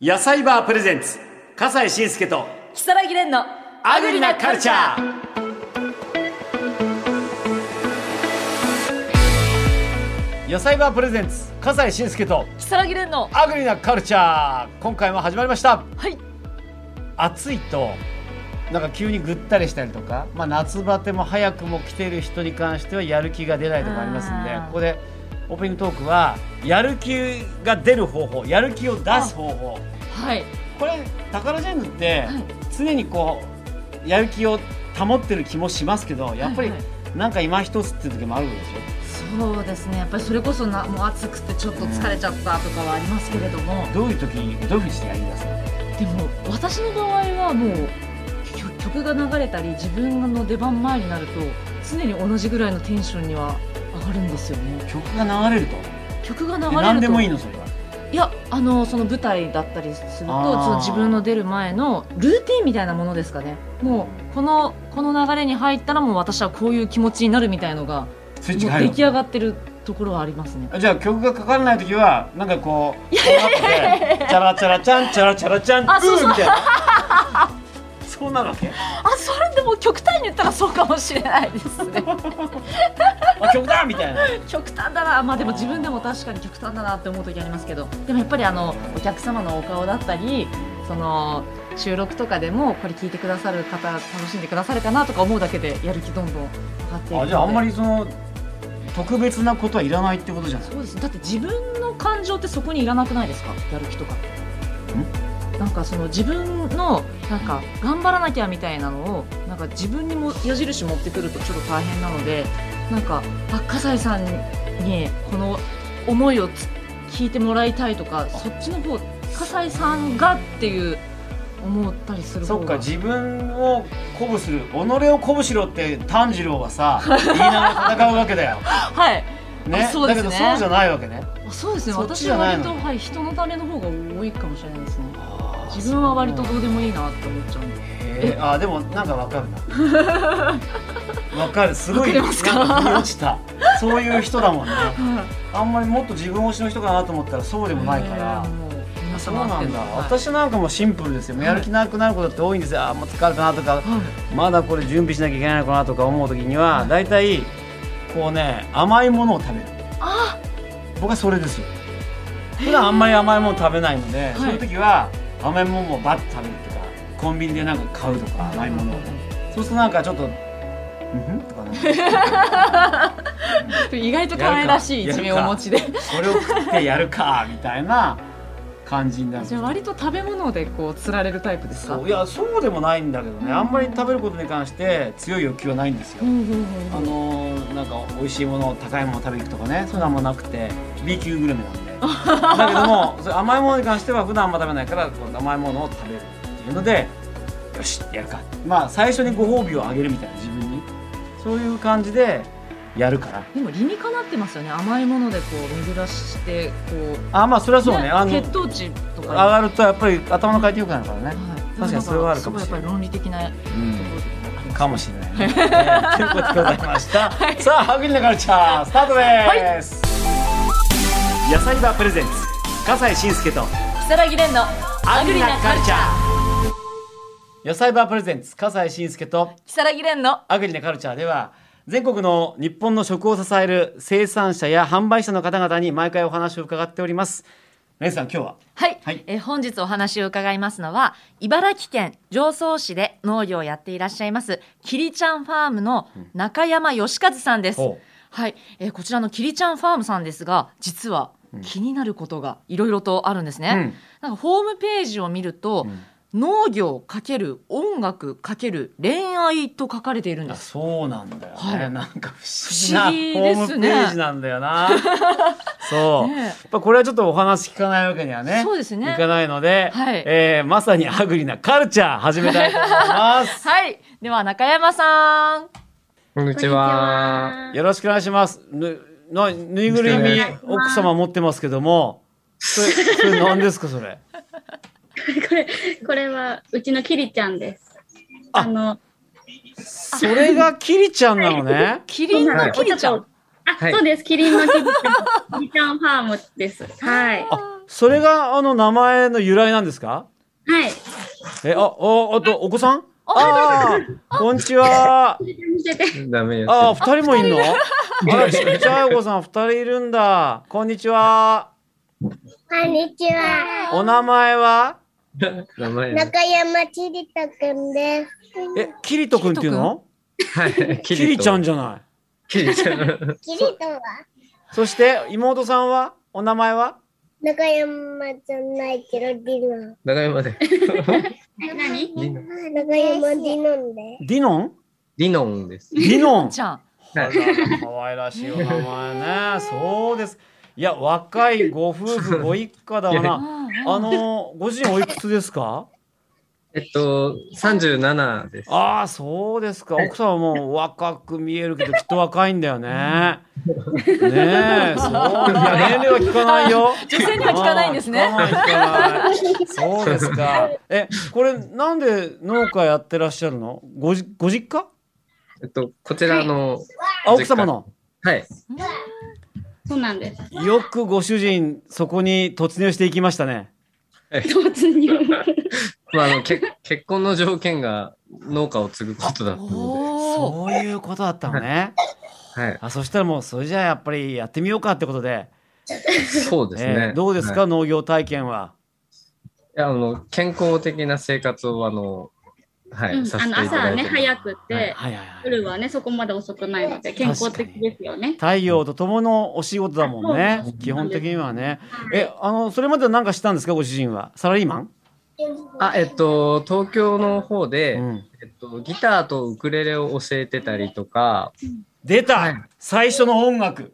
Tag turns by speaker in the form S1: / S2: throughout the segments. S1: 野菜バープレゼンツ笠西慎介と
S2: 木更木蓮の
S1: アグリなカルチャー野菜バープレゼンツ笠西慎介と
S2: 木更木蓮の
S1: アグリなカルチャー今回も始まりました
S2: はい
S1: 暑いとなんか急にぐったりしたりとか、まあ、夏バテも早くも来てる人に関してはやる気が出ないとかありますんで
S2: あー
S1: ここでオープニングトークはやる気が出る方法やる気を出す方法
S2: はい
S1: これ宝ジェンヌって
S2: はい
S1: 常にこうやる気を保ってる気もしますけどやっぱり
S2: はいは
S1: なんか今一つっていう時もあるんですよ
S2: そうですねやっぱりそれこそなもう暑くてちょっと疲れちゃったとかはありますけれども、
S1: どういう時にどういうふうにしてやります
S2: でも私の場合はもう曲曲が流れたり自分の出番前になると常に同じぐらいのテンションには上がるんですよね
S1: 曲が流れると
S2: 曲が流れると
S1: 何でもいいのそれはい
S2: やあのその舞台だったりするとそ
S1: あー
S2: の自分の出る前のルーティンみたいなものですかねもうこのこの流れに入ったらもう私はこういう気持ちになるみたいのがも
S1: スイ
S2: う
S1: ッチが入
S2: 出
S1: る
S2: 来上がってるところはありますね
S1: あじゃあ曲がかからない時はなんかこうこうなってチャラチャラチャンチャラチャラチャンブ
S2: あそうそ
S1: ー
S2: う
S1: みたいなそうなるわけ
S2: あそれでも極端に言ったらそうかもしれないですね
S1: あ曲だ みたいな
S2: 極端だなまあでも自分でも確かに極端だなって思う時ありますけどでもやっぱりあのお客様のお顔だったりその収録とかでもこれ聞いてくださる方楽しんでくださるかなとか思うだけでやる気どんどん上がっていくので
S1: あじゃああんまりその特別なことはいらないってことじゃない
S2: そうですだって自分の感情ってそこにいらなくないですかやる気とかなんかその自分のなんか頑張らなきゃみたいなのをなんか自分にも矢印持ってくるとちょっと大変なのでなんかあ笠井さんにこの思いをつ聞いてもらいたいとかそっちの方笠井さんがっていう思ったりする
S1: そ
S2: 方
S1: っか
S2: が
S1: 自分を鼓舞する己を鼓舞しろって炭治郎は さ言いながら戦うわけだよ、
S2: はい
S1: ね
S2: あそうです
S1: だ
S2: ね
S1: けどそうじゃないわけね
S2: あそうですね
S1: そっち
S2: 私
S1: じゃ
S2: は
S1: ない
S2: 割
S1: の
S2: と、はい、人のための方が多いかもしれないですね自分は割とどうでもいいなって思っちゃうんで
S1: へーあでもなんかわかる なわかるすごい
S2: わかりますか
S1: なん腑に落ちたそういう人だもんね
S2: はい
S1: あんまりもっと自分推しの人かなと思ったらそうでもないから
S2: えーもう皆
S1: そう
S2: 様
S1: な
S2: 会っ
S1: ん
S2: ての
S1: だ、
S2: はい
S1: 私なんかもうシンプルですよやる気なくなることって多いんですよあーもう疲れたなとか
S2: はい
S1: まだこれ準備しなきゃいけないのかなとか思う時には大体こうね甘いものを食べる
S2: あ
S1: 僕はそれですよ普段あんまり甘いもの食べないので、
S2: い
S1: そういう時は甘いものをバッと食べるとかコンビニでなんか買うとか甘いものをそうするとなんかちょっと「うんふん?」とかね
S2: 意外と可愛らしい一面をお持ちで
S1: これを食ってやるかみたいな感じになる
S2: じゃあ割と食べ物でこう釣られるタイプですか
S1: そういやそうでもないんだけどねあんまり食べることに関して強い欲求はないんですよ
S2: うんうんうん
S1: あのーなんか美味しいもの高いもの食べに行くとかねそういうのあんまなくて B 級グルメなんでだけどもそれ甘いものに関しては普段あんま食べないからこう甘いものを食べるっていうのでよしやるかまあ最初にご褒美をあげるみたいな自分にそういう感じでやるから
S2: でも理にかなってますよね甘いものでこう巡らしてこう
S1: あまあそれはそうね
S2: ね
S1: あの
S2: 血
S1: 上
S2: 糖値とか
S1: がるとやっぱり頭の回転良くなるからね、
S2: はい
S1: 確かにそれはあるかもしれない
S2: すごやっぱり論理的なとこ
S1: うん
S2: ろで
S1: かもしれない、ね。ということでございました。さあ、ハグリのカルチャー、スタートです。野菜バープレゼンツ、笠西慎介と、
S2: 木更木蓮のアグリなカルチャー
S1: 野菜バープレゼンツ、笠西慎介と、
S2: 木更木蓮の
S1: アグリなカルチャーでは全国の日本の食を支える生産者や販売者の方々に毎回お話を伺っております。レンさん、今日は
S2: はい、
S1: はい
S2: えー本日お話を伺いますのは茨城県常総市で農業をやっていらっしゃいますきりちゃんファームの中山義和さんです、
S1: ほう
S2: はい、えーこちらのきりちゃんファームさんですが実は気になることがいろいろとあるんですね、
S1: うん
S2: なんかホームページを見ると、農業×音楽×恋愛と書かれているんです
S1: そうなんだよね、
S2: はい
S1: なんか不
S2: 不
S1: 思
S2: 思
S1: 議
S2: 議
S1: なホー
S2: です
S1: ムペ
S2: ね
S1: ージなんだよなそう、
S2: ねえ
S1: やっぱこれはちょっとお話聞かないわけにはね
S2: そうですね
S1: いかないので、
S2: はい
S1: えーまさにアグリなカルチャー始めたいと思いま す
S2: はいでは中山さん
S3: こんにちは。
S1: よろしくお願いしますぬなぬいぐるみ奥様持ってますけどもそれそれ何ですかそれ
S4: これ、これはうちのキリちゃんです。
S1: あ
S4: あの、
S1: それがキリちゃんなのね
S2: キリン
S4: そ
S2: の
S4: う
S2: キリちゃん、
S4: あ、
S3: はい
S4: そうです。キリンのキリちゃん。キリちゃんファームです。はい。
S1: あそれがあの名前の由来なんですか
S4: はい。
S1: え、あ、お、あと、お子さんああ、こんにちは。
S4: 見せて。
S3: ダメよ。
S1: ああ、二人もいんのあら、ちっちゃいお子さん二人いるんだ。こんにちは。
S5: こんにちは。
S1: お名前は
S3: 名前。
S5: 中山ちりとくんです。
S1: え、キリトくんっていうの
S3: はい。
S1: キリちゃん
S3: じ
S1: じゃない。
S3: キリちゃん。
S5: きりとは
S1: そして、妹さんはお名前は
S5: 中山じゃないけどディノン。
S3: 長山で。
S4: 何
S3: リノン
S5: 中山ディノンで。
S1: ディノン
S3: リノンです。
S1: ディノン
S2: ちゃん。
S1: あら可愛らしいお名前ね。そうです。いや、若いご夫婦ご一家だわな。あの、ご主人おいくつですか
S3: えっと、三十七です。
S1: ああ、そうですか。奥さんはもう若く見えるけど、きっと若いんだよ ね。ねえ、そう。いや、年齢は聞かないよ。
S2: 女性には聞かないんですね。
S1: あー聞かない聞かないそうですか。え、これなんで農家やってらっしゃるの？ごじご実家？
S3: えっと、こちらの。
S1: あ、奥様の。
S3: はい。
S4: そうなんです。
S1: よくご主人そこに突入していきましたね。
S4: 突入。
S3: まあ、あの、け、結婚の条件が農家を継ぐことだったの
S2: おお。
S1: そういうことだったのね。
S3: で。はい。
S1: あ、そしたらもうそれじゃあやっぱりやってみようかってことで。
S3: そうです
S1: え
S3: ね。
S1: ーどうですか、
S3: はい
S1: 農業体験は？
S3: いや、あの、健康的な生活を、あの。は
S4: う
S3: い。
S4: ん
S3: さ
S4: あ
S3: せてい
S4: の
S3: た
S4: 朝
S3: だ
S4: はね
S3: いて。
S4: 早くて、
S3: はい
S1: はいはいはい。
S4: 夜はねそこまで遅くないので健康的ですよね。
S1: 太陽と共のお仕事だもんね
S4: そう。
S1: 基本的にはね。え、あのそれまでは何かしたんですかご主人は？サラリーマン？
S3: あ、えっと、東京の方で、
S1: うん。
S3: えっと、ギターとウクレレを教えてたりとか、
S1: 出た最初の音楽。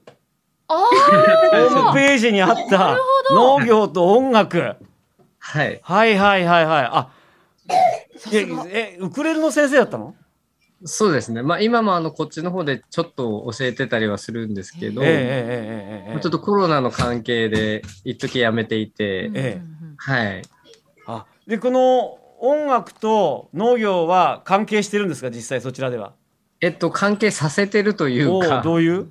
S2: あ
S1: ホーム
S2: あ。
S1: ページにあった農業と音楽。
S3: はい、
S1: はいはいはいはい。あ、
S2: さ
S1: いや
S2: すが。
S1: えウクレレの先生だったの？
S3: そうですね。まあ、今もあの、こっちの方でちょっと教えてたりはするんですけ
S1: え
S3: ど、
S1: ええええええ
S3: まあ
S1: え。
S3: ちょっとコロナの関係で、一時やめていて、
S1: ええ
S3: はい。
S1: あ、でこの音楽と農業は関係してるんですか実際そちらでは？
S3: えっと、関係させてるという
S1: お
S3: か
S1: う、どういう？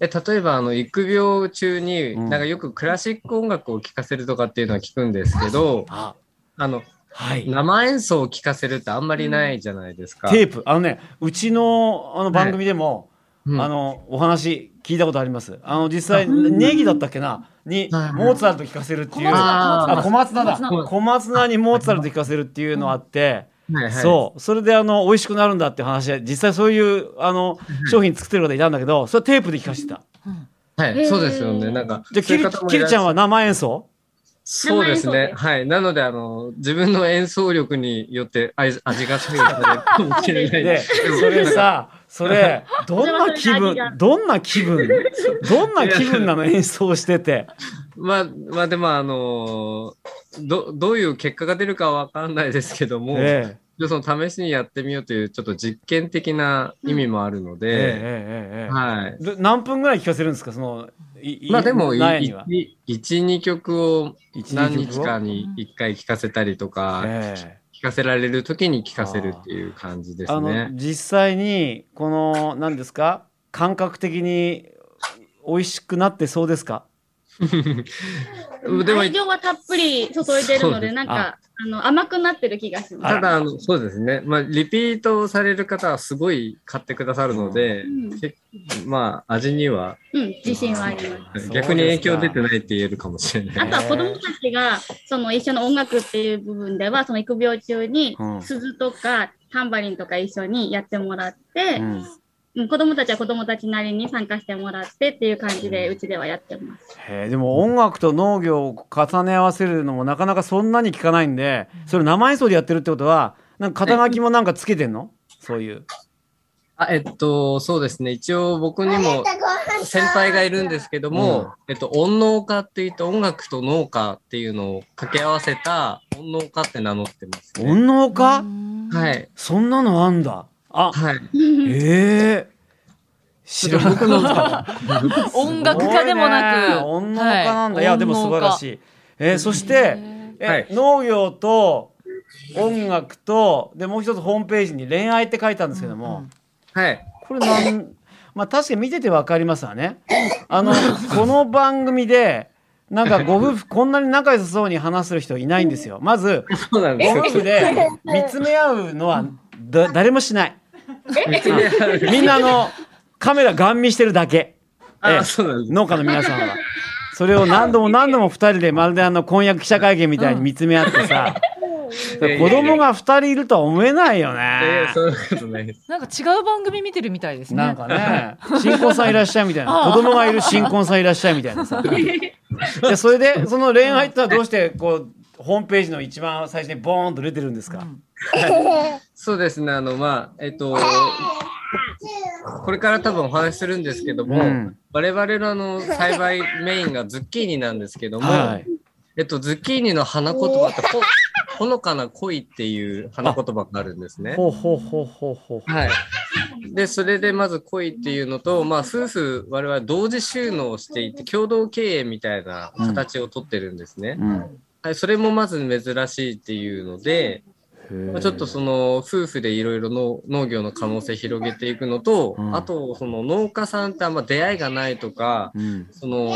S3: え例えば、あの、育病中に、
S1: うん
S3: なんかよくクラシック音楽を聴かせるとかっていうのは聞くんですけど、
S1: あ、
S3: あの、
S1: はい。
S3: 生演奏を聴かせるってあんまりないじゃないですか。
S1: テープあのねうちのあの番組でも、
S3: うん
S1: あのお話聞いたことありますあの実際ネギだったっけなにモ
S3: はいはい
S1: ーツァルト聞かせるっていう
S3: あ
S1: あ
S3: ー
S1: 小松菜だ
S2: 小松
S3: 菜
S1: 小松菜にモーツァルト聞かせるっていうのあって、
S3: はいはい
S1: そうそれであの美味しくなるんだって話で実際そういうあの商品作ってる方いたんだけどそれはテープで聞かせてた
S3: はい、そうですよね。なんか、
S1: じゃあ
S3: そう
S1: キ
S3: いう
S1: リ
S3: 方も
S1: キ
S3: い
S1: リ
S3: らっ
S1: ち
S3: しゃ
S1: ゃんは生演奏
S3: そうです
S4: 生演
S3: ね。
S4: 奏で
S3: はい。なので、あの、自分の演奏力によって味味が左右されるかもしれな
S1: で
S3: いです。
S1: それさそれどんな気
S4: それはそれで味が
S1: 分どんな気分どんな気分なの演奏してて。
S3: まあ、まあ、でも、あのど、どういう結果が出るかはわかんないですけども、
S1: ええ
S3: その試しにやってみようという、ちょっと実験的な意味もあるの
S1: えええ
S3: で、
S1: えええ
S3: はい。
S1: ど何分ぐらい聞かせるんですかそのいい
S3: まあ、でも、
S1: 苗には
S3: 1、2曲を
S1: 一
S3: 何日か
S1: に
S3: に1回聴かせたりとか、
S1: ええ
S3: 聴かせられる時に聴かせるっていう感じです
S1: あ
S3: ね
S1: の。実際にこの何ですか感覚的に美味しくなってそうですか
S3: でも
S4: 愛情はたっぷり注いでる
S3: そ
S4: の
S3: う
S4: で
S3: です
S4: なんかあの甘くなってる気がします。
S1: あら
S3: ただあの、そうですね。まあ、リピートされる方はすごい買ってくださるので、
S4: うん
S3: けまあ、味には、
S4: うん自信はあります。
S3: 逆に影響出て
S1: い
S3: ないって言えるかもしれな
S4: あ
S3: い。
S4: とは子供たちがその一緒の音楽っていう部分ではその育病中に
S1: うん
S4: 鈴とかタンバリンとか一緒にやってもらって、うん子供たちは子供たちなりに参加してもらってっていう感じでうちではやってます。
S1: へえでも音楽と農業を重ね合わせるのもなかなかそんなに聞かないんでそれ生演奏でやってるってことはなんか肩書きもなんかつけてんのそういう
S3: あえっと、そうですね。一応僕にも先輩がいるんですけども、
S1: うん
S3: えっと、音農家って言って音楽と農家っていうのを掛け合わせた音農家って名乗ってます、ね。
S1: 音能か
S3: は
S2: はい。
S3: い。
S1: そんなのあんだあ
S3: はい。
S1: ええ知らなかった
S2: 音楽家でもなく。
S1: 音楽家なんだ、い、やでも素晴らし
S2: い。
S1: い、えーそして、え
S3: はい
S1: 農業と音楽とでもう一つホームページに恋愛って書いたんですけども、
S3: はい。
S1: これ なんまあ確かに見ててわかりますわねあのこの番組でなんかご夫婦こんなに仲良さそうに話する人いないんですよ。まず
S3: そうなんで
S1: ご
S3: す
S1: 夫。
S3: よ
S1: 婦で見つめ合うのはだ誰もしない。みんなあのカメラガン見してるだけ。ええ
S3: あ、そうなんです。
S1: 農家の皆さんは。それを何度も何度も二人でまるであの婚約記者会見みたいに見つめ合ってさ、
S3: いやいやいや
S1: 子供が二人いるとは思えないよ
S3: え
S1: ね
S3: え、。そんなことないです。
S2: なんか違う番組見てるみたいですね。
S1: なんかね、新婚さんいらっしゃいみたいな、
S2: ああ
S1: 子供がいる新婚さんいらっしゃいみたいなさ。で、それで、その恋愛ってのはどうして、こう、ホームページの一番最初にボーンと出てるんです
S2: う
S1: か。
S2: ん
S3: そうですね、あの、まあ、えっと、これから多分お話しするんですけども、
S1: うん
S3: 我々のあの栽培メインがズッキーニなんですけども、
S1: はい。
S3: えっと、ズッキーニの花言葉ってほ、 ほのかな恋っていう花言葉があるんですね。
S1: ほうほうほうほうほう。
S3: はい。で、それでまず恋っていうのと、まあ、夫婦、我々同時収納していて、共同経営みたいな形をとってるんですね。
S1: うん
S3: はい、それもまず珍しいっていうので、まあ、ちょっとその夫婦でいろいろの農業の可能性広げていくのと、
S1: うん
S3: あとその農家さんってあんま出会いがないとか、
S1: うん。
S3: その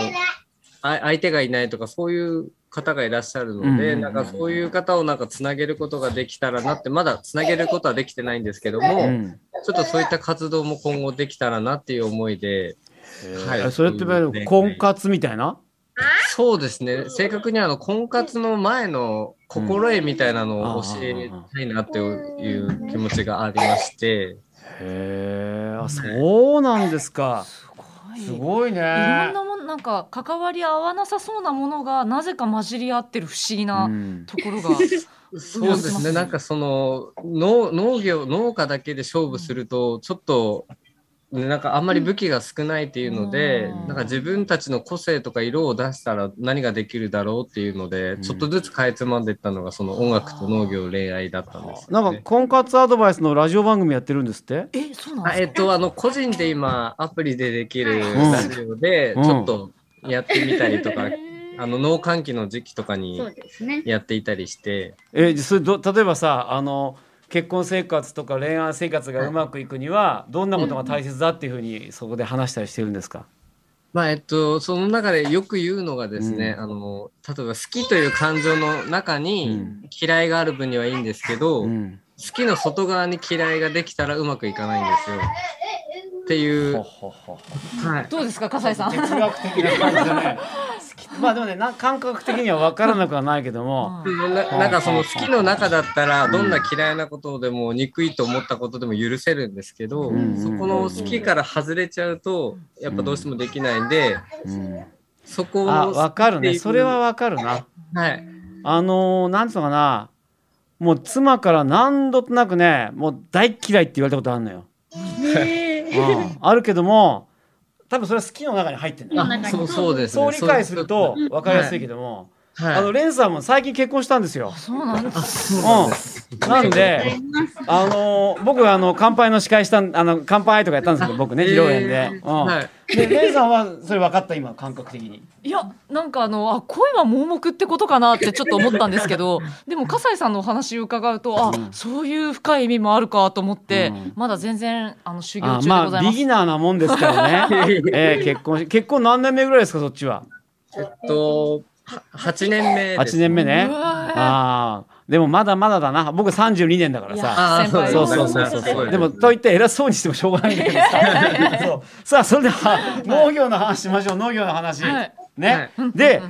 S3: あ相手がいないとかそういう方がいらっしゃるので、
S1: うん
S3: なんかそういう方をなんかつなげることができたらなってまだつなげることはできてないんですけども、
S1: うん
S3: ちょっとそういった活動も今後できたらなっていう思いで、
S1: えそれっていわゆる婚活みたいな。
S3: そうですね正確にはあの婚活の前の心得みたいなのを教えたいなっていう気持ちがありまして。
S1: へえ、あ、そうなんですか。
S2: すごい。
S1: すごいね。
S2: いろんなもんなんか関わり合わなさそうなものがなぜか混じり合ってる不思議
S1: う
S2: なんところが。
S3: そうですね、なんかその農農業、農家だけで勝負すると、ちょっと、ねなんかあんまり武器が少ないっていうので、
S2: うん
S3: なんか自分たちの個性とか色を出したら何ができるだろうっていうので、
S1: ん
S3: ちょっとずつかいつまんでいったのが、その音楽と農業、恋愛だったんです
S1: な
S3: よ、ね。
S1: んか婚活アドバイスのラジオ番組やってるんですって。
S2: え、そうなん
S3: あえ
S2: です
S3: っ
S2: か。
S3: と、あの個人で今、アプリでできる
S1: うん
S3: ラジオで、ち
S1: うん
S3: ょっとやってみたりとか、
S2: へー
S3: あの農閑期の時期とかに
S4: そうですね。
S3: やっていたりして。
S1: えーそれど例えばさあの結婚生活とか恋愛生活がうまくいくにはどんなことが大切だっていうふうにそこで話したりしてるんですか、
S3: まあえっと、その中でよく言うのがですね、あの例えば好きという感情の中
S1: う
S3: に
S1: ん
S3: 嫌いがある分にはいいんですけど、好
S1: ん、
S3: きの外側に嫌いができたらうまくいかないんですよ。っていう、
S1: ほ
S3: は
S1: ほほ
S3: い、
S2: どうですか、笠井さん。
S1: 哲学的な感じだね まあでもねな感覚的には分からなくはないけども、
S2: うん
S3: ななんかその好きの中だったらどんな嫌いなことでも憎いと思ったことでも許せるんですけど、
S1: うん
S3: そこの好きから外れちゃうとやっぱどうしてもできないんで、
S1: うん、
S3: そこを
S1: あ分かる
S3: 好きって
S1: ね
S3: いう
S1: それは分かるな
S3: はい、
S1: あのー、なんつうのかなもう妻から何度となくねもう大嫌いって言われたことあるのよ、うん、あるけども多分それは好きの中に入ってんだよ
S4: 中に
S3: あそうそうですね
S1: そう理解すると分かりやすいけども、あのレンさんも最近結婚したんですよ。
S2: そうなんです。
S1: うん、なんで、あの僕あの乾杯の司会したんあの乾杯とかやったんですけど僕ね披露宴で、うん
S3: はい
S1: でレンさんはそれ分かった今感覚的に。
S2: いや、なんかあの、あ、恋は盲目ってことかなってちょっと思ったんですけ ど、でも、笠井さんのお話伺うと、あ、そういう深い意味もあるかと思って、
S1: うん
S2: まだ全然、あの、修行
S1: あ
S2: 中でご
S1: ま
S2: ざ
S1: あ
S2: い
S1: ビ
S2: ます。
S1: ギナーなもんですから ね。えー結婚し結婚何年目ぐらいですかそっちは？
S3: えっと、は8年目です。
S1: 八年目ね。
S2: うわー
S1: ああでもまだまだだな僕三十二年だからさ。
S3: ああ、
S2: 先輩
S1: そうそうそう
S2: す
S1: そ
S2: ご
S1: う。でも、と言って偉そうにしてもしょうがないんだけどさ。そうさあ、それでは、農業の話しましょう、農業の話。
S2: はい
S1: ね。で、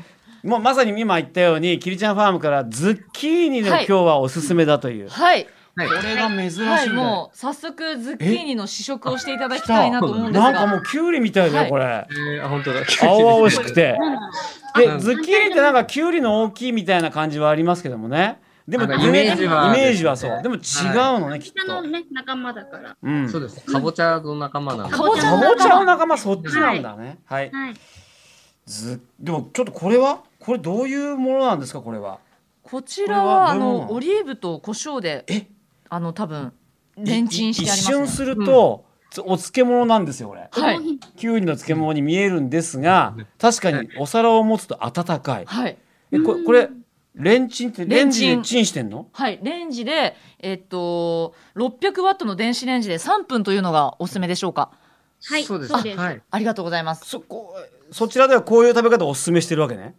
S1: もうまさに今言ったように、キリちゃんファームからズッキーニの
S2: は
S1: 今
S2: い
S1: 日はおすすめだという。こ
S2: はい。
S1: れが珍しいん
S2: は
S1: だ
S2: い、
S1: よ。
S2: もう早速ズッキーニの試食をしていただきたいなと思うんです
S1: な
S2: が。
S1: んかもうキュウリみたいだ
S2: は
S1: よ、
S2: い
S1: これ。
S3: えーあ、本当だ。
S1: 青々しくて。で、
S3: あ
S1: ズッキーニってなんかキュウリの大きいみたいな感じはありますけどもね。でも、
S3: なんかイメージは
S1: イメージはそう。でも違うのね、きっ
S4: 下の
S1: と。
S4: ね、仲間だから。
S1: うん。
S3: そうです。かぼちゃの仲間なんで
S2: か。ぼちゃ
S1: か
S2: の
S1: ぼ
S2: 仲
S1: ちゃの
S2: 間。
S1: 仲間そっちなんだね。はい。
S4: はい。
S1: ずでもちょっとこれはこれどういうものなんですかこれは。
S2: こちらはあ
S1: これはどうな
S2: の
S1: の
S2: オリーブと胡椒で、
S1: え
S2: あの多分レンチンしてあります、ね。
S1: い一瞬すると、つお漬物なんですよこれ。
S2: はい
S1: きゅうりの漬物に見えるんですが確かにお皿を持つと温かい。
S2: はい
S1: えこれこれレンチンってレ
S2: レ
S1: ン
S2: ン
S1: ジ
S2: チン
S1: でチンしてんの？
S2: はいレンジでえっと600ワットの電子レンジで3分というのがおすすめでしょうか。
S4: はい
S3: そうです。
S4: そうです
S3: はい。
S2: ありがとうございます。
S1: そこそちらではこういう食べ方をおすすめしてるわけね。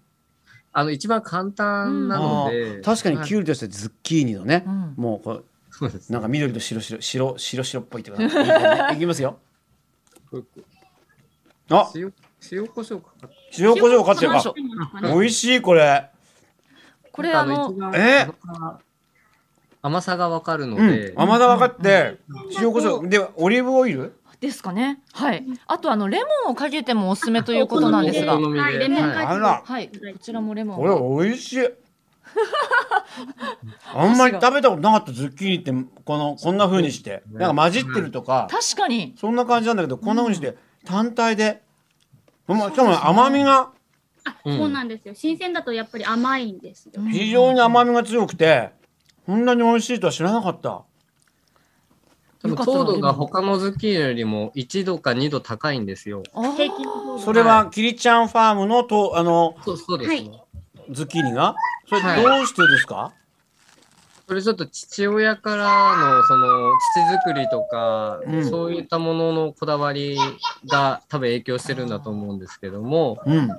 S3: あの一番簡単なので、
S1: 確かに
S3: はい
S1: キュウリとしてズッキーニのね、
S2: うん
S1: もうこ
S3: そうです
S1: う
S3: ね
S1: なんか緑と白白白白白っぽいっていうかなんか いきますよ
S3: こうこう
S1: あ
S3: 塩塩コショウかかっ
S1: 塩コショウかってるか
S2: 塩
S1: 美味しいこれ
S2: これあ
S3: なん
S2: の
S3: か一番
S1: えー
S3: 甘さがわかるの
S1: うん
S3: で、
S1: 甘さ分かって塩コショウでオリーブオイル
S2: ですかねはいあとあのレモンをかけてもおすすめということなんですが
S3: お好みで
S4: はい、レモン
S3: は
S4: か
S3: い
S4: け
S1: あら
S2: はいこちらもレモンが
S1: これ美味 しいあんまり食べたことなかったズッキーニってこのこんな風にして
S3: ね
S1: なんか混じってるとか
S2: 確かに
S1: そんな感じなんだけどこんな風にして単体でほんましかも甘みが
S4: あ、
S3: うん
S4: そうなんですよ。新鮮だとやっぱり甘いんですよ。
S1: 非常に甘みが強くてこんなに美味しいとは知らなかった
S3: 多分糖度が他のズッキーニよりも1度か2度高いんですよ。
S2: あ
S4: 平均
S2: ー
S1: それはキリちゃんファームのとあの
S3: そうそうですね。
S1: ズッキーニがそれ
S3: はい
S1: どうしてですか
S3: それちょっと父親からのその土作りとか、
S1: うん
S3: そういったもののこだわりが多分影響してるんだと思うんですけども、
S1: うん
S3: は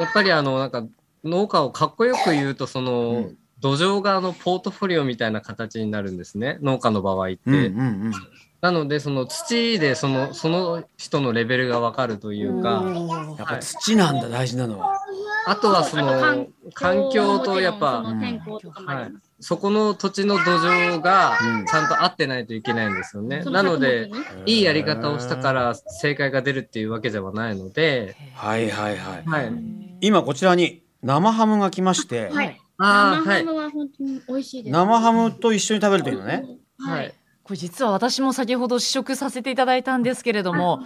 S3: い、やっぱりあのなんか農家をかっこよく言うとその、
S1: うん
S3: 土壌があのポートフォリオみたいな形になるんですね農家の場合って、
S1: うんうん
S3: なのでその土でそのその人のレベルがわかるというか、
S1: うんやっぱ土なんだ大事なのは
S3: あとはその環境とやっぱ、
S4: もちろんその天候とかもあります。
S3: そこの土地の土壌が
S1: うん
S3: ちゃんと合ってないといけないんですよね。
S4: そ
S3: なので
S4: 作、物に
S3: いいやり方をしたから正解が出るっていうわけではないので、
S1: はいはいはい
S3: はい。
S1: 今こちらに生ハムが来まして、
S2: はい
S3: ああ、は
S4: 生ハ
S3: い。
S4: ムは本当に美味しいです。
S1: 生ハムと一緒に食べるというのね。
S4: は
S3: はいい。
S2: これ実は私も先ほど試食させていただいたんですけれども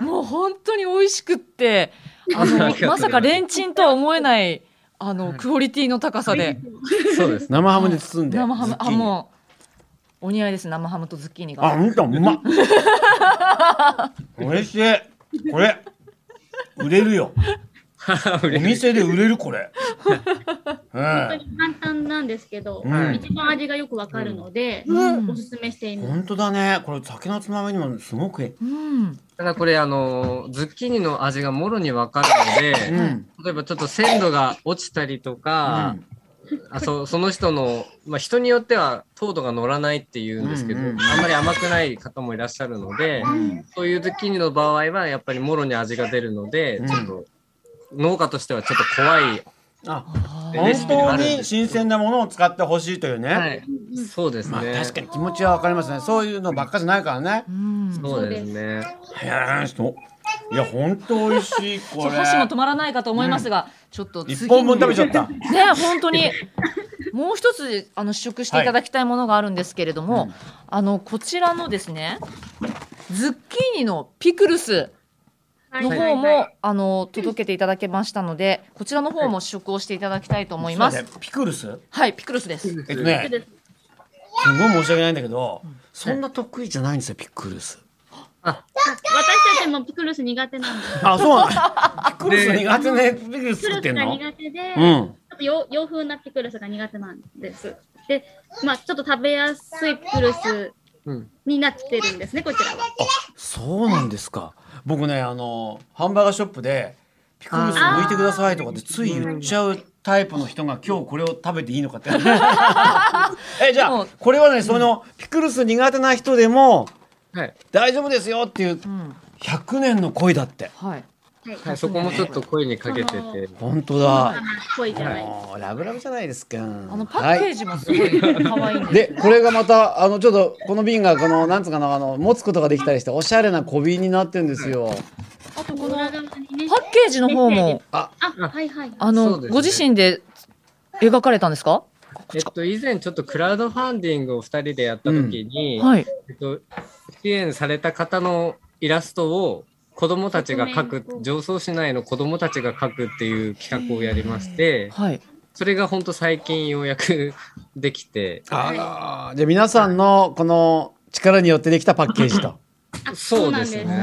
S2: もう本当に美味しくってあ
S3: ありがとうござい
S2: の
S3: ます
S2: まさかレンチンとは思えないあの
S3: はい
S2: クオリティの高さで
S3: そうです。
S1: 生ハムで包んで。
S2: 生ハム
S1: ズッキー
S2: あ
S1: ニ
S2: もうお似合いです生ハムとズッキーニ
S1: あ、
S2: が
S1: ほんと、うまっ。美味しい。これ。売れるよ。お
S3: 嬉しい
S1: 店で売れる、これ。う
S4: 本当
S1: ん。
S4: に簡単なんですけど、
S1: うん
S4: 一番味がよくわかるので、
S2: うん
S4: おすすめしています。
S1: 本当だね。これ酒のつまみにもすごくいい。
S2: うん
S3: ただこれ、あの、ズッキーニの味がもろにわかるの
S1: う
S3: で、
S1: ん。
S3: 例えばちょっと鮮度が落ちたりとか、あそその人の、まあ、人によっては糖度が乗らないっていうんですけど、
S1: うんうんうん
S3: あんまり甘くない方もいらっしゃるので、
S1: うん
S3: そういうズッキーニの場合はやっぱりもろに味が出るので、
S1: うん
S3: ちょっと農家としてはちょっと怖い、
S1: あ、
S2: あー
S3: レシ
S1: 本
S3: ピが
S1: 当
S3: ある
S1: に新鮮なものを使ってほしいというね。
S3: はい、そうですね、
S1: まあ、確かに気持ちはわかりますね。そういうのばっかじゃないからね
S2: う。ん
S3: そうですね
S1: いやー、そういや、本当美味 しい、
S2: そ
S1: こ
S2: う
S1: れ。
S2: 箸も止まらないかと思いますが、ちょっと
S1: 一
S2: 次
S1: 本
S2: に
S1: 分食べちゃった。
S2: ね本当にもう一つあの試食していただきたいものがあるんですけれども、
S1: うん
S2: あのこちらのですねズッキーニのピクルスの
S4: は
S2: 方
S4: い
S2: も、あの届けていただけましたのでこちらの方も試食をしていただきたいと思います。
S1: ちょっと待ってピクルス。
S2: はいピクルスです。
S1: えっと
S4: そう
S1: ね。
S4: です
S1: すごい申し訳ないんだけど、そんな得意じゃないんですよ、ピクルス。
S4: 私たちもピクルス苦手なんです。
S1: あ、そうなの ピクルス苦手ね、ピクルス
S4: ピク
S1: 作っ
S4: ル
S1: て
S4: ス
S1: ん
S4: が
S1: の
S4: 苦手で、
S1: う
S4: ちょ
S1: ん。
S4: っと洋洋風なピクルスが苦手なんです。で、まあちょっと食べやすいピクルス
S3: うん
S4: になってるんですね、こちらは。
S1: そうなんですか。僕ね、あの、ハンバーガーショップで、ピクルス剥いてくださいとかってつい言っちゃうタイプの人が今日これを食べていいのか って。え、じゃあ
S2: もう、
S1: これはね、その、ピクルス苦手な人でも、
S3: はい、
S1: 大丈夫ですよっていう
S2: うん
S1: 100年の恋だって。
S2: はい。
S4: はい。
S3: はい、そこもちょっと声にかけてて、
S1: 本当だ。
S4: 濃いじゃない。
S1: もうラブラブじゃないですか。あ
S2: あのパッケージもすごい可愛いんです。
S1: でこれがまたあのちょっとこの瓶がこのなんつうかなあの持つことができたりしておしゃれな小瓶になってるんですよ。
S4: あとこの裏側にね
S2: パ。ッケージの方も
S4: あ、はいはい。
S2: あ
S3: そ
S2: の、
S3: うですね
S2: ご自身で描かれたんですか？
S3: えっと、以前ちょっとクラウドファンディングを2人でやった時に、
S2: はい。
S3: えっと、支援された方のイラストを子供たちが描く、上層市内の子供たちが描くっていう企画をやりまして、
S2: はい。
S3: それが本当最近ようやくできて、
S1: あらじゃあ皆さんのこの力によってできたパッケージと。
S4: あ
S3: そうですね
S4: そうな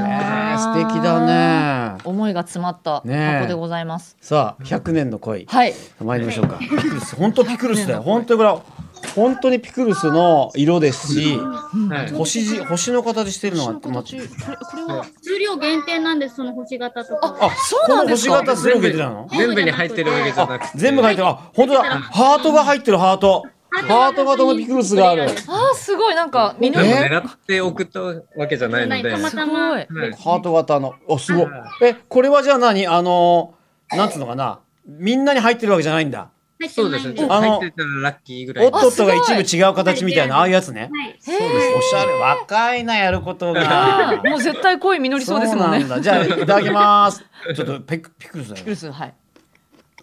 S4: ん
S1: えー、
S4: で
S1: 素敵だね。
S2: 思いが詰まった
S1: ねえ
S2: 箱でございます。
S1: さあ100年の恋
S2: はい。
S1: 参りましょうか。ピクルス本当ピクルスだよ本当にこれ本当にピクルスの色ですし、
S3: はい
S1: 星じ星の形してるの
S2: 星
S1: が
S2: の形これこれは
S4: 数量限定なんです、その星型とか。
S1: あ、
S2: そうなんですか
S1: この星型全部出てたの？
S3: 全部に入ってるわけじゃなく
S1: あ
S3: て。、
S1: 全部入ってる。あ、本当だ。ハートが入ってるハート。ハート型のピクルスがある。
S2: あーすごいなんかみん
S3: で
S2: な
S3: も
S1: え
S3: 狙って送ったわけじゃないので。
S4: ない
S2: すごい
S3: はい
S1: ハート型の。あ、すごい。え、これはじゃあ何？あのなんつうのかな。みんなに入ってるわけじゃないんだ。
S4: 入って
S3: そ
S4: な
S3: う
S4: い
S3: です
S4: ん
S3: ね。ちょっと
S1: あの
S3: 入ってたらラッキーぐら
S1: おっ
S3: い。
S1: とっとが
S2: あす
S1: 一
S2: ごい
S1: 部違う形みたいなああいうやつね。
S4: はい。
S2: へ
S1: そうです。おしゃれ。若いなやることが。
S2: あーもう絶対恋実りそうですもんね
S1: そうなんだ。じゃあいただきます。ちょっとペクピクルスだ
S2: ピク
S1: よ
S2: ル。スはい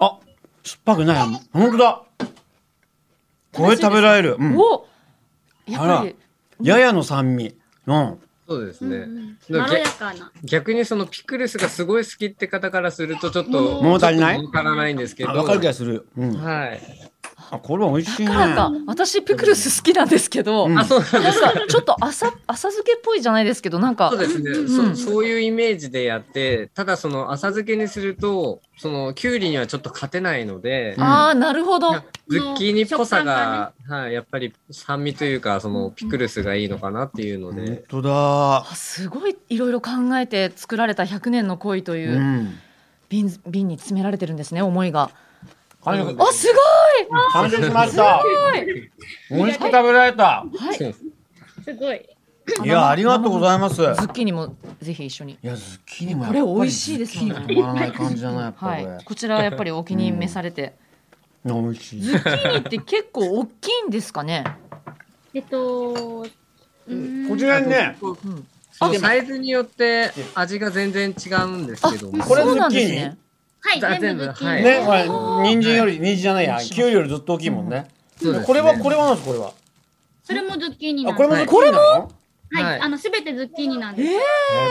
S1: あ、酸っぱくない。本当だ。これ食べられる。うん。
S2: おやっぱり
S1: ややの酸味。うん。
S3: そうです
S4: うんう
S3: ね。
S4: ん
S3: だ
S4: ま
S3: から
S4: ろ
S3: げ
S4: やかな。
S3: 逆にそのピクルスがすごい好きって方からするとちょっと
S1: 物足りない
S3: ちょっと物足らないんですけど。
S1: あわかる気がする。うん。
S3: はい。
S1: あ、これは美味しいね。
S2: なんか私ピクルス好きなんですけど、
S1: うん
S3: あ、そうなんで
S2: なん
S3: すか。
S2: かちょっと浅浅漬けっぽいじゃないですけどなんか
S3: そうですね、
S2: うん
S3: そそういうイメージでやってただその浅漬けにするとそのきゅうりにはちょっと勝てないので、
S1: ん
S2: ああなるほど
S3: なズッキーニっぽさが、はい、やっぱり酸味というかそのピクルスがいいのかなっていうの
S1: 本
S3: で、
S1: 当だ。。
S2: あすごいいろいろ考えて作られた100年の恋といううん瓶,、瓶に詰められてるんですね思いが
S1: 完
S3: う
S1: 食
S2: あす
S1: 完食しました。
S2: ごい
S1: 美味しく食べられた。
S2: はい
S3: そう
S4: すごい。
S2: あ
S1: いや、
S2: 生
S1: ありがとうございます。い
S2: ズッキーニもぜひ一緒に
S1: や、ズッキーニもやっ
S2: こ
S1: ぱり
S2: れ美味しいですもんね
S1: ズッキーニ止まらない感じだな、やっぱ
S2: は
S1: り。
S2: いこちらやっぱりお気に召されて、
S1: 美味し
S2: ズ
S1: い。
S2: ッキーニって結構大きいんですかね、
S4: えっと、うーん
S1: こちらにね、
S2: うん、
S3: そうサイズによって味が全然違うんですけども
S1: これ
S2: そうなんです
S1: ズッキーニ
S2: ね
S4: はい、
S3: あ
S4: 全部ズッキーニ
S1: ね、
S3: 全
S1: これ、人参より、人参じゃないや、きゅうりよりずっと大きいもんね。
S3: そうですね
S1: これは、これはなんですか、これは。
S4: それもズッキーニな
S1: あ、
S4: ん
S1: これ
S4: です。
S1: もズッキーニなの。
S3: れも
S4: はい、あの、すべてズッキーニなんです。
S1: え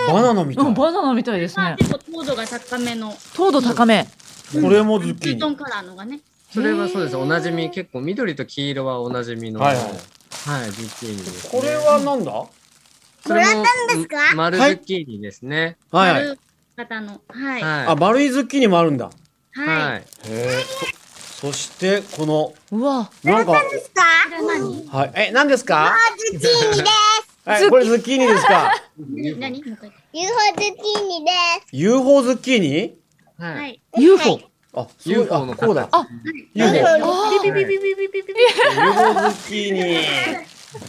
S1: ーバナナみたい。
S2: うん、
S1: こ
S2: バナナみたいです
S4: まあ、
S2: ね
S4: 結構糖度が高めの、
S2: 糖度高め
S1: れもズ
S4: ツ
S1: ッキー
S4: ー
S1: ニ
S4: ト。ンカラーのがね。
S3: それはそうですおなじみ結構緑と黄色はおなじみの
S1: は
S3: はいい、
S1: はい
S3: ズッキーニです、ね、
S1: これはなんだ。
S3: それ
S5: も
S3: も
S5: らったんですか
S3: 丸ズッキーニですね、
S1: はいはい。
S4: 丸型の。はい。は
S1: あ、
S3: は
S1: 丸いズッキーニもあるんだ。
S3: い。
S4: い。
S3: はい。
S1: へえ。そそして、この。
S2: うわ
S1: なんか。
S5: ですか
S4: これは何
S1: はい、え、何ですか。
S5: ズッキーニです。
S1: はい、
S2: ズッキー
S1: これズッキーニですか。
S4: 何もう一回
S5: UFO ズッキーニで
S1: UFO ズッキーニ。
S3: は。
S4: はいい。
S2: UFO、
S1: あ、そう
S3: UFO
S1: あ
S3: の
S1: こうだ。
S2: あ
S1: UFO ズ
S5: す。
S3: ピピ
S1: ッ
S3: ピ
S1: キーニ。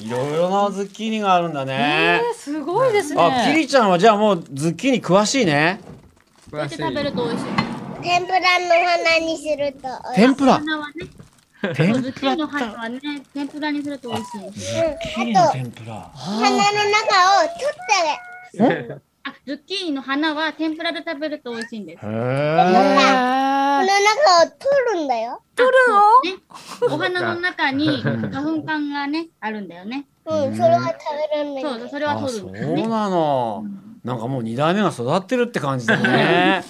S1: いろいろなズッキーニがあるんだね。
S2: えー、すごいですね
S1: あ、キリちゃんはじゃあもうズッキーニ詳しいね。
S4: こうやって食べると美味しい。
S5: 天ぷらの花にすると美味しい。
S1: 天ぷら。
S4: 花はね、
S1: 天
S4: ズッキーニの花はね、天ぷらにすると美味しい。
S1: キ
S5: うん
S1: リ
S5: あ
S1: の
S5: と
S1: 天ぷら。
S5: 花の中を取っ
S4: あ、ズッキーニの花は天ぷらで食べると美味しいんです。
S5: た
S1: へえ。
S5: ら、この
S2: え
S5: 中を取るんだよ。
S4: お花の中に花粉感がね、あるんだよね。
S5: うん、それは食べられない。
S4: そう、それは
S1: あ、
S4: 取る
S1: そ
S4: ん
S1: う
S4: だよね。
S1: なの。なんかもう二代目が育ってるって感じだね。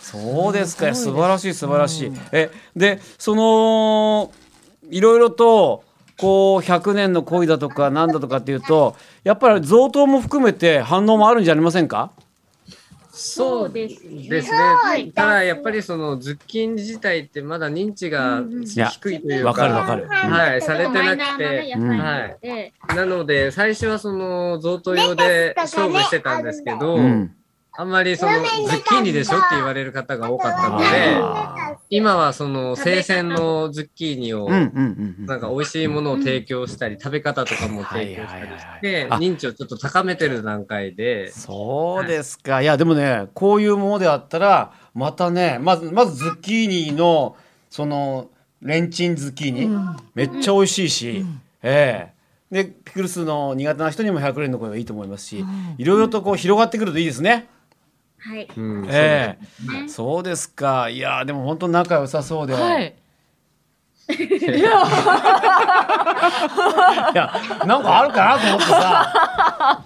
S1: そうですか。素晴らしい素晴らしい。え、で、そのいろいろと。こう100年の恋だとかなんだとかっていうとやっぱり贈答も含めて反応もあるんじゃありませんか
S3: そう
S4: です
S3: ですね。ただやっぱりそのズッキーニ自体ってまだ認知が低いというか、
S1: わかるわかる。
S3: はい、されて
S4: マイ
S3: な
S4: ナ
S3: く
S4: ーなね
S3: て、
S4: 野菜
S3: な
S4: なので、
S3: ので最初はその贈答用で勝負してたんですけど、
S1: うん。
S3: あんまりそのズッキーニでしょって言われる方が多かったので、
S1: あ
S3: 今はその生鮮のズッキーニを
S1: ーうんうんうん
S3: なんか美味しいものを提供したり、食べ方とかも提供したり
S1: は
S3: し
S1: いはいはい
S3: て、
S1: はい
S3: 認知をちょっと高めてる段階で、
S1: そうですか。いや、でもね、こういうものであったら、またね、まず、まずズッキーニの、その、レンチンズッキーニ、めっちゃ美味しいし、ええで、ピクルスの苦手な人にも100連の声がいいと思いますし、いろいろとこう広がってくるといいですね。
S4: はい。
S3: うんそうです
S1: ええそうですか。いや、でも本当仲良さそうで。
S2: はい
S1: いや、なんかあるかなと思ってさ。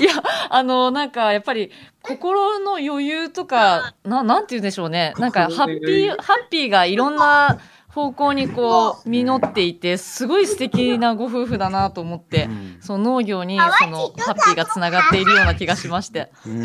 S2: いやあのなんかやっぱり心の余裕とかななんて言うんでしょうねなんかハッ
S3: 心の余
S2: ピ
S3: 裕
S2: ーハッピーがいろんな方向にこう実っていてすごい素敵なご夫婦だなと思って、その農業にそのハッピーがつながっているような気がしまして
S1: うん
S5: じ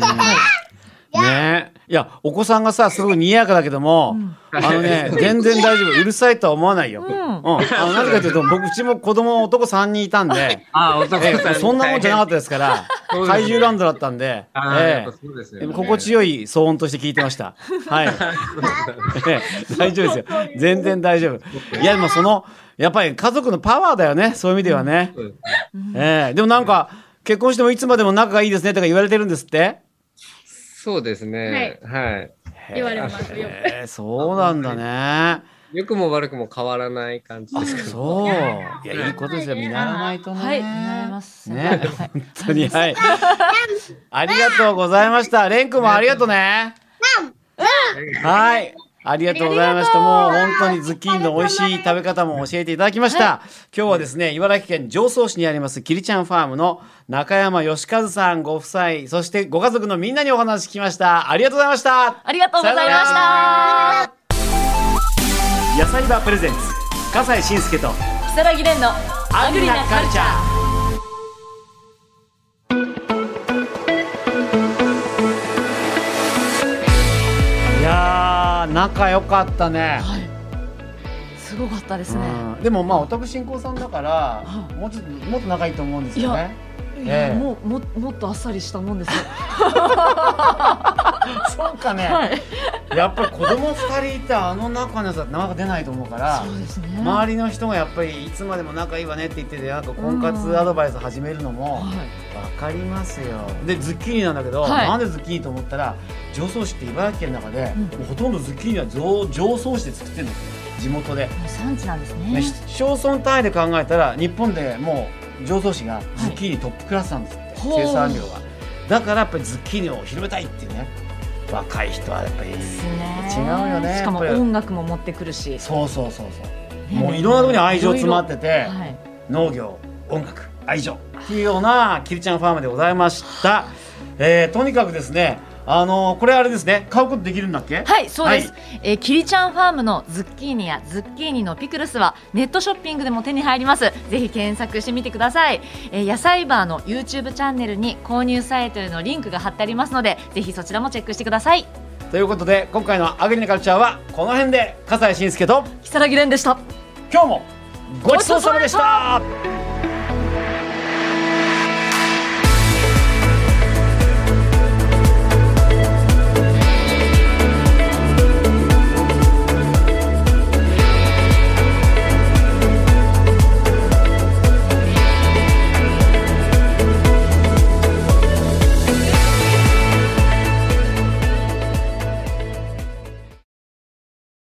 S1: ねえいやお子さんがさすごい賑やかだけども、
S2: うん
S1: あのね、全然大丈夫。うるさいとは思わないよ。
S2: う
S1: うん。
S2: ん
S1: あのなぜかというと、僕、うちも子供男3人いたん で、
S3: あ、男
S1: ええそんなもんじゃなか
S3: っ
S1: ったですから、
S3: そうですね
S1: 怪獣ランドだったんで、
S3: あー、やっ
S1: え
S3: ぱそうですよ
S1: え
S3: ね。
S1: 心地よい騒音として聞いてました。 はい。ええ大丈夫ですよ。全然大丈夫。いや、でもその、やっぱり家族のパワーだよね。そういう意味ではね。
S3: そうです
S1: ええでもなんか、結婚してもいつまでも仲がいいですねとか言われてるんですって
S3: そうですね。はい。
S4: 言われますよ。
S1: ええそうなんだね。
S3: 良くも悪くも変わらない感じ
S1: あ
S3: ですか
S1: そう。いや、いいことですよ。見習わないとね。
S2: はい見られます
S1: ね
S2: はい
S1: 本当に、はい。ありがとうございました。レン君もありがとうね。はい。ありがとうございました。もう本当にズッキーニの美味しい食べ方も教えていただきました。今日はですね、茨城県常総市にあります、キリちゃんファームの中山義和さんご夫妻、そしてご家族のみんなにお話聞きました。ありがとうございました。
S2: ありがとうございまし
S1: さよ
S2: た
S1: 野菜バープレゼンツ、笠西慎介と
S2: 如月蓮の
S1: アグリなカルチャー。いやー仲良かったね、
S2: はいすごかったですね
S1: うんでもまあオタク新婚さんだから
S2: は
S1: もうちょっともっと仲いいと思うんですよね
S2: いや
S1: ええ
S2: もうももっとあっさりしたもんですよ
S1: そうかね、
S2: はい
S1: やっぱり子供2人いてあの仲の良さってなかなか出ないと思うから
S2: そうですね
S1: 周りの人がやっぱりいつまでも仲いいわねって言っててなんか婚活アドバイス始めるのも
S2: はい
S1: わかりますよでズッキーニなんだけど、
S2: はい
S1: なんでズッキーニと思ったら常総市って茨城県の中で、
S2: うん
S1: もうほとんどズッキーニは常常総市で作ってるんですよ地元で、
S2: もう産地なんです
S1: ね
S2: ね
S1: 市町村単位で考えたら日本でもう常総市がズッキーニトップクラスなんですって、
S2: ほう
S1: 生産量がだからやっぱりズッキーニを広めたいっていうね若い人はやっぱり
S2: ですね
S1: 違うよね
S2: しかも
S1: やっぱり
S2: 音楽も持ってくるし
S1: そうそうそうそうもういろんなところに愛情詰まってて、
S2: はい
S1: 農業音楽愛情っていうようなキリちゃんファームでございました、えー、とにかくですねあのこれあれですね買うことできるんだっけ
S2: はい、そうです。
S1: は
S2: えーキリちゃんファームのズッキーニやズッキーニのピクルスはネットショッピングでも手に入ります。ぜひ検索してみてください。えー野菜バーの YouTube チャンネルに購入サイトへのリンクが貼ってありますので、ぜひそちらもチェックしてください。
S1: ということで今回の「アグリナカルチャー」はこの辺で笠西慎介と
S2: 木更木蓮でした。
S1: 今日もごちそうさまでした